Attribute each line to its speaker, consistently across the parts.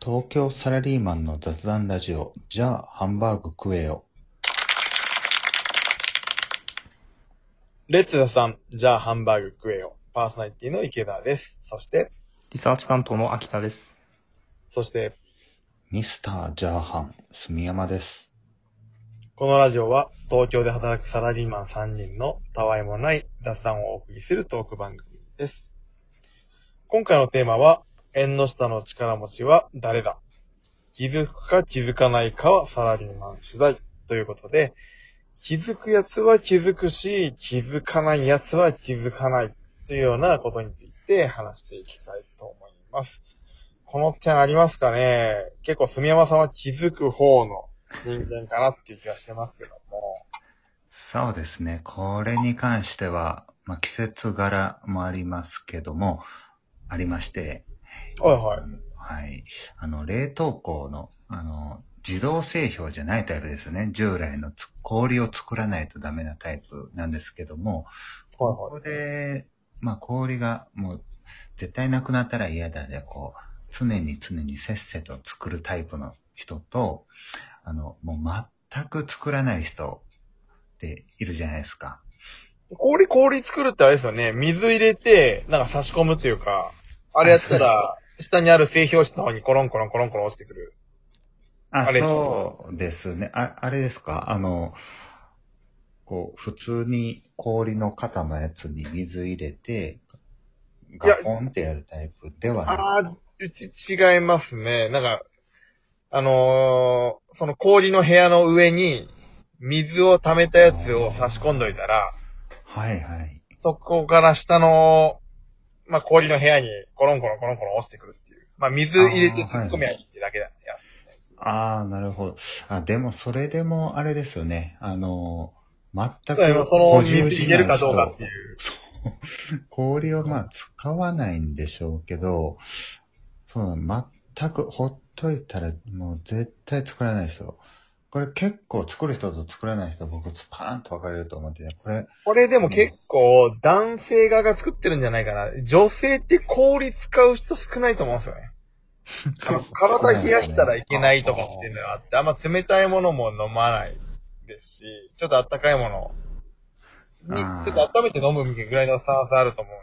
Speaker 1: 東京サラリーマンの雑談ラジオ、じゃあハンバーグ食えよ。
Speaker 2: レッツザさん、じゃあハンバーグ食えよ。パーソナリティの池田です。そして、
Speaker 3: リサーチ担当の秋田です。
Speaker 2: そして、
Speaker 1: ミスタージャーハン、住山です。
Speaker 2: このラジオは東京で働くサラリーマン3人のたわいもない雑談をお送りするトーク番組です。今回のテーマは、縁の下の力持ちは誰だ気づくか気づかないかはサラリーマン次第ということで、気づくやつは気づくし、気づかないやつは気づかないというようなことについて話していきたいと思います。この点ありますかね結構住山さんは気づく方の人間かなっていう気がしてますけども。
Speaker 1: そうですね。これに関しては、まあ、季節柄もありますけども、ありまして、
Speaker 2: はいは
Speaker 1: はい。あの、冷凍庫の、あの、自動製氷じゃないタイプですね。従来のつ氷を作らないとダメなタイプなんですけども、こ
Speaker 2: はい
Speaker 1: こ
Speaker 2: は
Speaker 1: で、まあ氷がもう絶対なくなったら嫌だで、こう、常に常にせっせと作るタイプの人と、あの、もう全く作らない人っているじゃないですか。
Speaker 2: い。氷、氷作るってあれですよね。水入れて、なんか差し込むっていうか、あれやったら、下にある製氷室の方にコロンコロンコロンコロン落ちてくる。
Speaker 1: あ、
Speaker 2: あれ
Speaker 1: そうですね。あ、あれですかあの、こう、普通に氷の肩のやつに水入れて、
Speaker 2: や
Speaker 1: ガポンってやるタイプではな
Speaker 2: ああ、うち違いますね。なんか、あのーその氷の部屋の上に、水を溜めたやつを差し込んどいたら、
Speaker 1: い。はいはい。
Speaker 2: そこから下の、まあ、氷の部屋にコロンコロンコロンコロン落ちてくるっていう。まあ、水入れて突っ込みゃいいってだけだ、や
Speaker 1: ああ、なるほど。あ、でも、それでも、あれですよね。あの、全
Speaker 2: だ
Speaker 1: く
Speaker 2: から今その
Speaker 1: 補
Speaker 2: 水
Speaker 1: 充
Speaker 2: 入
Speaker 1: し
Speaker 2: れ
Speaker 1: ない
Speaker 2: る
Speaker 1: 人
Speaker 2: かどうかっていう。
Speaker 1: そう。氷をまあ使わないんでしょうけど、そう、全くほっといたらもう絶対作らない人。これ結構作る人と作らない人僕スパーンと分かれると思ってて、これ、
Speaker 2: これでも結構男性側が作ってるんじゃないかな。女性って氷使う人少ないと思うんですよ ね。あの体冷やしたらいけないとかっていうのがあって、あんま冷たいものも飲まないですし、ちょっと温かいものに、
Speaker 1: あー
Speaker 2: ちょっと温めて飲むぐらいのスタンスあると思う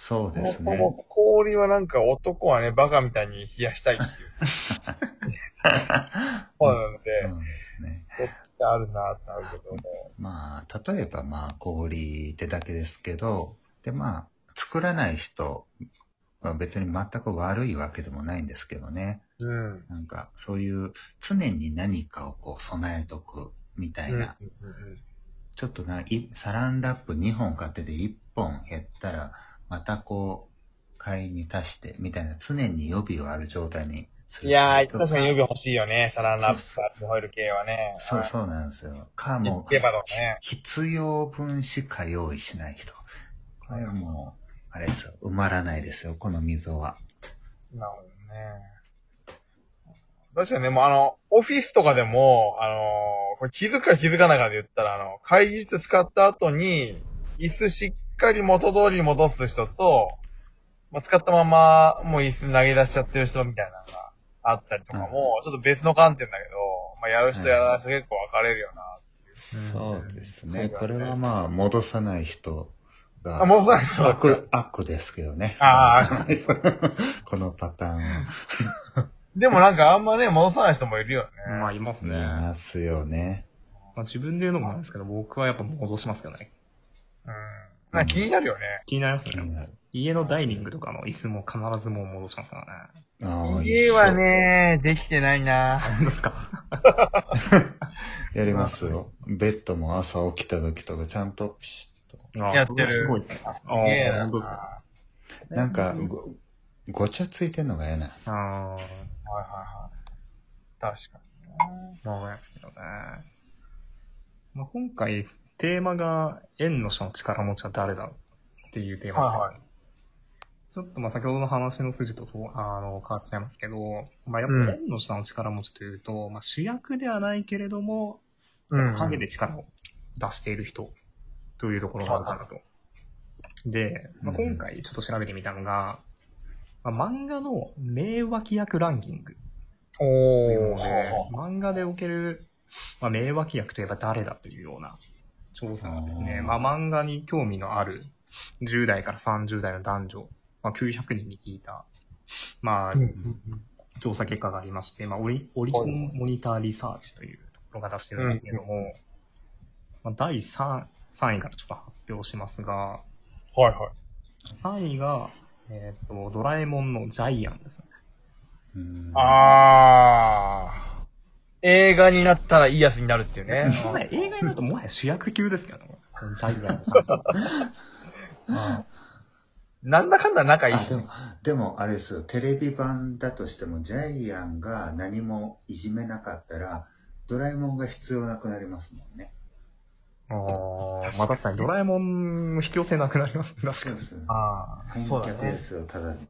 Speaker 1: そうで
Speaker 2: んで、
Speaker 1: す
Speaker 2: そ
Speaker 1: ね。
Speaker 2: も氷はなんか男はね、バカみたいに冷やしたいって いう方なの
Speaker 1: う
Speaker 2: で、
Speaker 1: んですね。
Speaker 2: あるなってあるけども。
Speaker 1: まあ、例えばまあ氷ってだけですけど、でまあ、作らない人は別に全く悪いわけでもないんですけどね。
Speaker 2: うん。
Speaker 1: なんか、そういう常に何かをこう備えとくみたいな。ちょっとな、いサランラップ2本買ってて1本減ったら、またこう、買いに足してみたいな、常に予備はある状態にする。
Speaker 2: いやー、
Speaker 1: と
Speaker 2: 確かに予備欲しいよね。サランラップサーホイル系はね。
Speaker 1: そう
Speaker 2: う。
Speaker 1: そうなんですよ。か、
Speaker 2: 言
Speaker 1: も
Speaker 2: っ
Speaker 1: う
Speaker 2: て、ばだね。
Speaker 1: 必要分しか用意しない人。これはもう、あれですよ。埋まらないですよ、この溝は。
Speaker 2: なるほどね。確かにね、もうあの、オフィスとかでも、あのーこれ気づくか気づかないかで言ったら、あの、会議室使った後に、椅子しっかり元通りに戻す人と、まあ、使ったまま、もう椅子投げ出しちゃってる人みたいなのがあったりとかも、ちょっと別の観点だけど、まあ、やる人やらない人結構分かれるよな。
Speaker 1: そうです
Speaker 2: そ
Speaker 1: ね
Speaker 2: う。だね
Speaker 1: これはまあ、戻さない人が。
Speaker 2: あ、もうそうなんですよ。
Speaker 1: 悪、悪ですけどね。
Speaker 2: あ
Speaker 1: このパターンは。
Speaker 2: でもなんかあんまね、戻さない人もいるよね。
Speaker 3: まあ、います
Speaker 1: い
Speaker 3: ね。ま
Speaker 1: ますよね。
Speaker 3: あ、自分で言うのもなんですけど、僕はやっぱ戻しますけどね。
Speaker 2: うん。なんか気になるよね。
Speaker 3: 気になります
Speaker 1: 気に
Speaker 3: ね。
Speaker 1: なる。
Speaker 3: 家のダイニングとかの椅子も必ずもう戻しますからね。
Speaker 1: ああ
Speaker 2: 家は。ね、できてないな
Speaker 3: あれですか
Speaker 1: やりますよ。ベッドも朝起きた時とかちゃんとピシッと。
Speaker 2: やってる
Speaker 3: すごいですね。あ
Speaker 2: すげえ
Speaker 3: あ、
Speaker 2: な
Speaker 3: 本当ですか。
Speaker 1: なんか
Speaker 3: うん
Speaker 1: ご、ごちゃついてんのが嫌なんです。
Speaker 3: ああ、
Speaker 2: はいはいはい。確かに
Speaker 3: まあ、なんですけどね。まあ、今回、テーマが、縁の下の力持ちは誰だっていうテー
Speaker 2: な。
Speaker 3: マなんですけど
Speaker 2: はいはい。
Speaker 3: ちょっとまあ先ほどの話の筋ととあの変わっちゃいますけど、まあ、やっ
Speaker 2: う
Speaker 3: ぱ
Speaker 2: ん
Speaker 3: 縁の下の力持ちというと、まあ、主役ではないけれども、
Speaker 2: うん
Speaker 3: 影で力を出している人というところがあるかなと。で、まあ、今回ちょっと調べてみたのが、ままあ、漫画の名脇役ランキングという
Speaker 2: お
Speaker 3: もので、漫画でおける、まあ、名脇役といえば誰だというような調査なんですね。
Speaker 1: あー
Speaker 3: まあ、漫画に興味のある10代から30代の男女、まあ、900人に聞いた、まあ、調査結果がありまして、まあ、オリオリコンモニターリサーチというところが出してるんですけども、まあ、第 3, 3位からちょっと発表しますが、
Speaker 2: はいはい。
Speaker 3: 3位が、えっ、と、ドラえもんのジャイアンですね。
Speaker 1: うん
Speaker 2: あー。映画になったらいいやつになるっていうね。
Speaker 3: もはや映画になるともはや主役級ですけどね、このジャイアンの感 じは。
Speaker 2: なんだかんだ仲いい
Speaker 1: あ
Speaker 2: し
Speaker 1: で。も、でもあれですよ、テレビ版だとしても、ジャイアンが何もいじめなかったら、ドラえもんが必要なくなりますもんね。
Speaker 3: あーまあ確かにドラえもんの必要性なくなりますね、確か
Speaker 1: そう
Speaker 3: に
Speaker 1: で。すよね
Speaker 2: あ
Speaker 1: 返
Speaker 2: そうだ
Speaker 1: 却
Speaker 2: ね
Speaker 1: ですよ、ただに。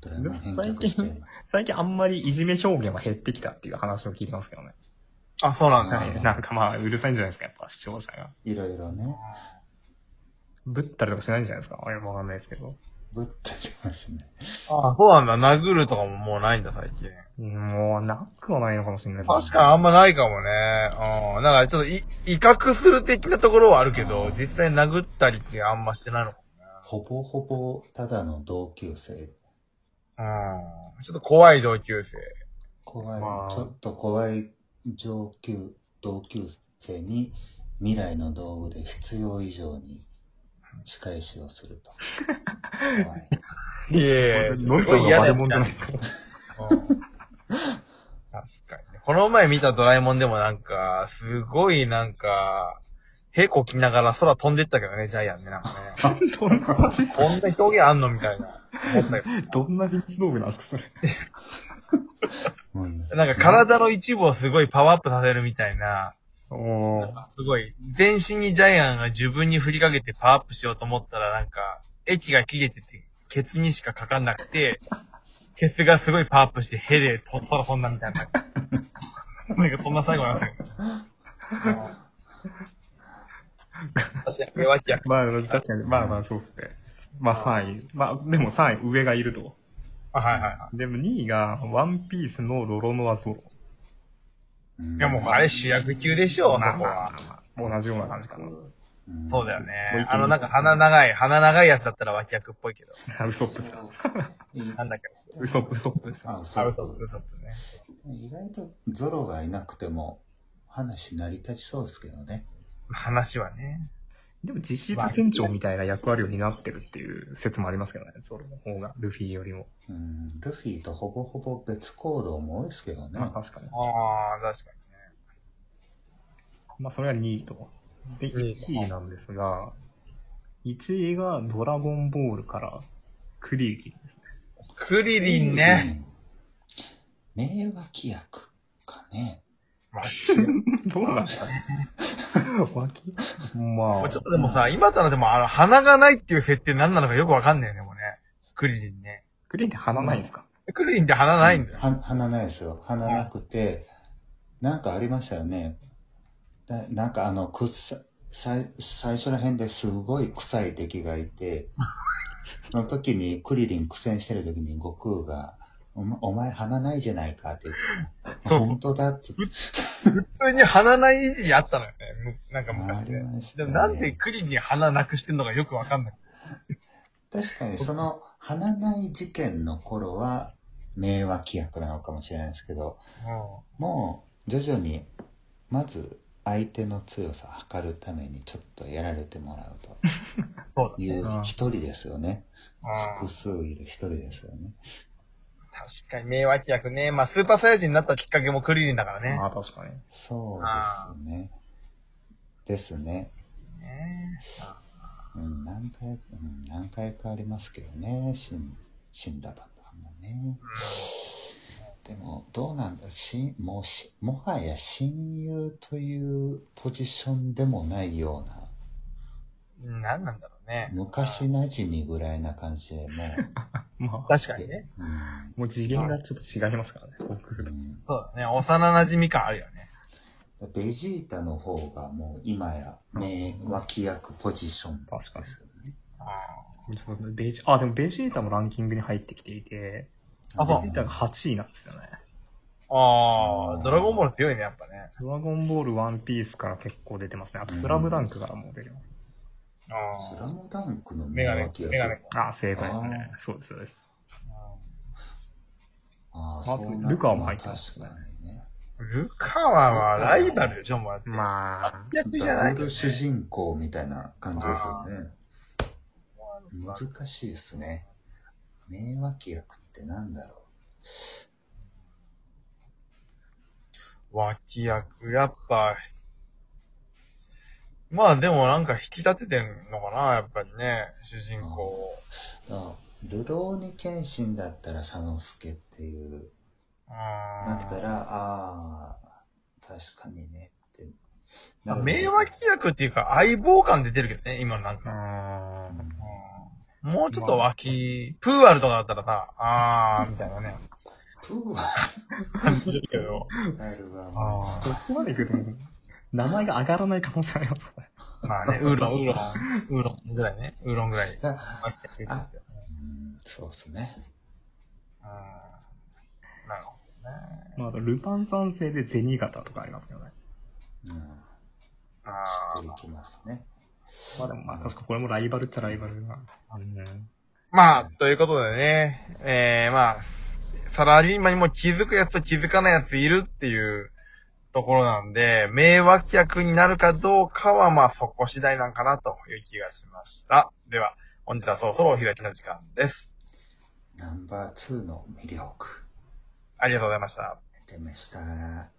Speaker 1: ドラえもん返却しちゃいまし
Speaker 3: 最近あんまりいじめ表現は減ってきたっていう話を聞いてますけどね。
Speaker 2: あ、そうなん
Speaker 1: ん
Speaker 2: だ。
Speaker 1: だ
Speaker 3: はいなんかまあ、うるさいんじゃないですか、やっぱ視聴者が。
Speaker 1: た。いろいろね、
Speaker 3: ぶったりとかしないんじゃないですかあれわかんないですけど。
Speaker 1: ぶってきますね。
Speaker 2: あそうなんだ。殴るとかももうないんだ、最近。
Speaker 3: もう、なくはないのかもしれないですね
Speaker 2: 確かにあんまないかもね。うん。だからちょっとい威嚇する的なところはあるけど、実際殴ったりってあんましてないのか
Speaker 1: ほぼほぼ、ただの同級生。
Speaker 2: も。うん。ちょっと怖い同級生。
Speaker 1: 怖い、
Speaker 3: まあ
Speaker 1: ちょっと怖い上級、同級生に、未来の道具で必要以上に仕返しをすると。怖 い。
Speaker 2: いえ
Speaker 3: これノリトが悪者じゃないですか。
Speaker 2: うん確かにね。この前見たドラえもんでもなんか、すごいなんか、屁こきながら空飛んでったけどね、ジャイアンね、なんかね。
Speaker 3: どんな話
Speaker 2: こんな表現あんのみたいな。思ったよ
Speaker 3: どんな秘密道具なんですか、それ。
Speaker 1: うん
Speaker 2: なんか体の一部をすごいパワーアップさせるみたいな。
Speaker 3: おー
Speaker 2: すごい、全身にジャイアンが自分に振りかけてパワーアップしようと思ったら、なんか、液が切れてて、ケツにしかかかんなくて、ケツがすごいパワーアップして、ヘで、とっさらそんなみたいな。なんか、そんな最後なんだけど。確かに、弱気や。
Speaker 3: まあ、確かに、まあまあ、そうっすね。まあ3位。まあ、でも3位上がいると。
Speaker 2: あはいはいは
Speaker 3: でも2位が、ワンピースのロロノアゾロ。
Speaker 2: い。いや、もう、あれ主役級でしょ、そこ
Speaker 3: まあまあ
Speaker 2: は。
Speaker 3: まあ同じような感じかな。
Speaker 1: うん
Speaker 2: そうだよ
Speaker 3: もう一
Speaker 2: ね。
Speaker 3: 個
Speaker 2: あの、なんか、鼻長い、鼻長いやつだったら脇役っぽいけど。
Speaker 3: ウソップだ。
Speaker 2: なんだっけ。
Speaker 3: ウソップ、ウソップですよ。
Speaker 1: あ、そ
Speaker 2: アウ
Speaker 1: う
Speaker 2: ト、ウソップね。
Speaker 1: 意外とゾロがいなくても話成り立ちそうですけどね。
Speaker 2: 話はね。
Speaker 3: でも実質店長みたいな役割を担ってるっていう説もありますけどね、ゾロの方が、ルフィよりも。
Speaker 1: うん、ルフィとほぼほぼ別行動も多いですけどね。
Speaker 3: まあ確かに。
Speaker 2: ああ、確かに。
Speaker 3: まあそれは2位と。で、
Speaker 2: うん
Speaker 3: 1位なんですが、1位がドラゴンボールからクリリン ですね。
Speaker 2: クリリンね。
Speaker 1: うん。名脇役かね。
Speaker 3: どうなんですかね 脇ま
Speaker 2: も
Speaker 3: あ
Speaker 2: うちょっ、とでもさ、今となってもあの、鼻がないっていう設定何なのかよくわかんないよね、もうね。クリリンね。
Speaker 3: クリリンって鼻ないんですか
Speaker 2: クリリンって鼻ないんだよ。
Speaker 1: は鼻ないですよ。鼻なくて、なんかありましたよね。ななんかあの、くっさ、最最初ら辺ですごい臭い敵がい て、その時にクリリン苦戦してる時に悟空が、お前お前鼻ないじゃないかって言って、
Speaker 2: そう
Speaker 1: 本当だっつって。
Speaker 2: 普通に鼻ないいじりあったのよね。むなんか昔
Speaker 1: あり
Speaker 2: で。
Speaker 1: ました
Speaker 2: で
Speaker 1: ね
Speaker 2: もなんでクリリン鼻なくしてんのかよくわかんない。
Speaker 1: 確かにその鼻ない事件の頃は名脇役なのかもしれないですけど、もう徐々にまず相手の強さを測るためにちょっとやられてもらう
Speaker 2: そう
Speaker 1: とい
Speaker 3: うん
Speaker 1: う一人ですよね。
Speaker 2: だ。うん
Speaker 1: 複数いる一人ですよね。
Speaker 2: 確かに、名脇役ね。まあ、スーパーサイヤ人になったきっかけもクリリンだからね。
Speaker 3: まあ確かに。
Speaker 1: そうですね。ですね。
Speaker 2: ね
Speaker 1: うん、何回、うん、何回かありますけどね、死ん死んだパターンもね。でも、どうなんだしもうし、もはや親友というポジションでもないような、
Speaker 2: うん。何なんだろうね。
Speaker 1: 昔馴染みぐらいな感じでも
Speaker 3: まあ、
Speaker 2: 確かにね。
Speaker 1: う、うん
Speaker 3: もう次元がちょっと違いますからね、僕
Speaker 1: う
Speaker 3: と。
Speaker 1: ん
Speaker 2: そうだね。幼馴染み感あるよね。
Speaker 1: ベジータの方がもう今や名脇役ポジション
Speaker 3: 確かに
Speaker 1: ですよね。
Speaker 2: うん
Speaker 3: そうですねベジあ、でもベジータもランキングに入ってきていて、
Speaker 2: あそう
Speaker 3: ベジータが8位なんですよね。
Speaker 2: あー、ドラゴンボール強いね、やっぱね。
Speaker 3: ドラゴンボール、ワンピースから結構出てますね。あと、スラムダンクからも出てます。
Speaker 1: ス
Speaker 2: あ
Speaker 1: ラムダンクの
Speaker 2: メガネ、メガネ。
Speaker 3: あ、正解ですね。そうです、そうです。
Speaker 1: ああ、
Speaker 3: あと
Speaker 1: そうな
Speaker 3: ルカワも入ってます
Speaker 1: まあ確かにね。
Speaker 2: ルカワはライバルでしょ、もうだって。
Speaker 3: まあ、
Speaker 2: 逆
Speaker 1: ちょ
Speaker 2: じゃない
Speaker 1: っ
Speaker 2: け
Speaker 1: とル
Speaker 2: どね
Speaker 1: 主人公みたいな感じですよね。難しいですね。名脇役ってなんだろ
Speaker 2: 脇役、やっぱ、まあでもなんか引き立ててんのかな、やっぱりね、主人公を。
Speaker 1: う。だルローニケンシンだったら佐之助っていう、
Speaker 2: う
Speaker 1: なっ
Speaker 2: ー
Speaker 1: た
Speaker 2: ん。
Speaker 1: ら、ああ、確かにねって。な
Speaker 2: まあ
Speaker 1: るほど
Speaker 2: 名脇役っていうか相棒感出てるけどね、今のなん
Speaker 3: う
Speaker 2: か。
Speaker 3: ーん。
Speaker 2: うんもうちょっと脇、プーアルとかだったらさ、あー、みたいなね。
Speaker 1: プー
Speaker 2: 感じるけど。
Speaker 1: アルはも、。
Speaker 2: あ
Speaker 3: そこまでいくと、名前が上がらない可能性ありますね。
Speaker 2: ーまあね、ウーロン、ウーロン、ウーロンぐらいね。ウーロンぐらいう
Speaker 1: だ
Speaker 2: 脇役ですよ
Speaker 1: うんそうですね。
Speaker 2: うんなるほどね。
Speaker 3: まあ、あと、ルパン三世で銭形とかありますけどね。
Speaker 1: うん、し
Speaker 2: あ
Speaker 1: っ
Speaker 2: ー
Speaker 1: くりきますね。
Speaker 3: まあでも、まあ確かこれもライバルっちゃライバルがあるね。
Speaker 2: まあ、ということでね、えー、まあ、サラリーマンにも気づくやつと気づかないやついるっていうところなんで、名脇役になるかどうかは、まあ、そこ次第なんかなという気がしました。では、本日はそろそろお開きの時間です。
Speaker 1: ナンバー2の魅力。
Speaker 2: ありがとうございました。
Speaker 1: 出ました。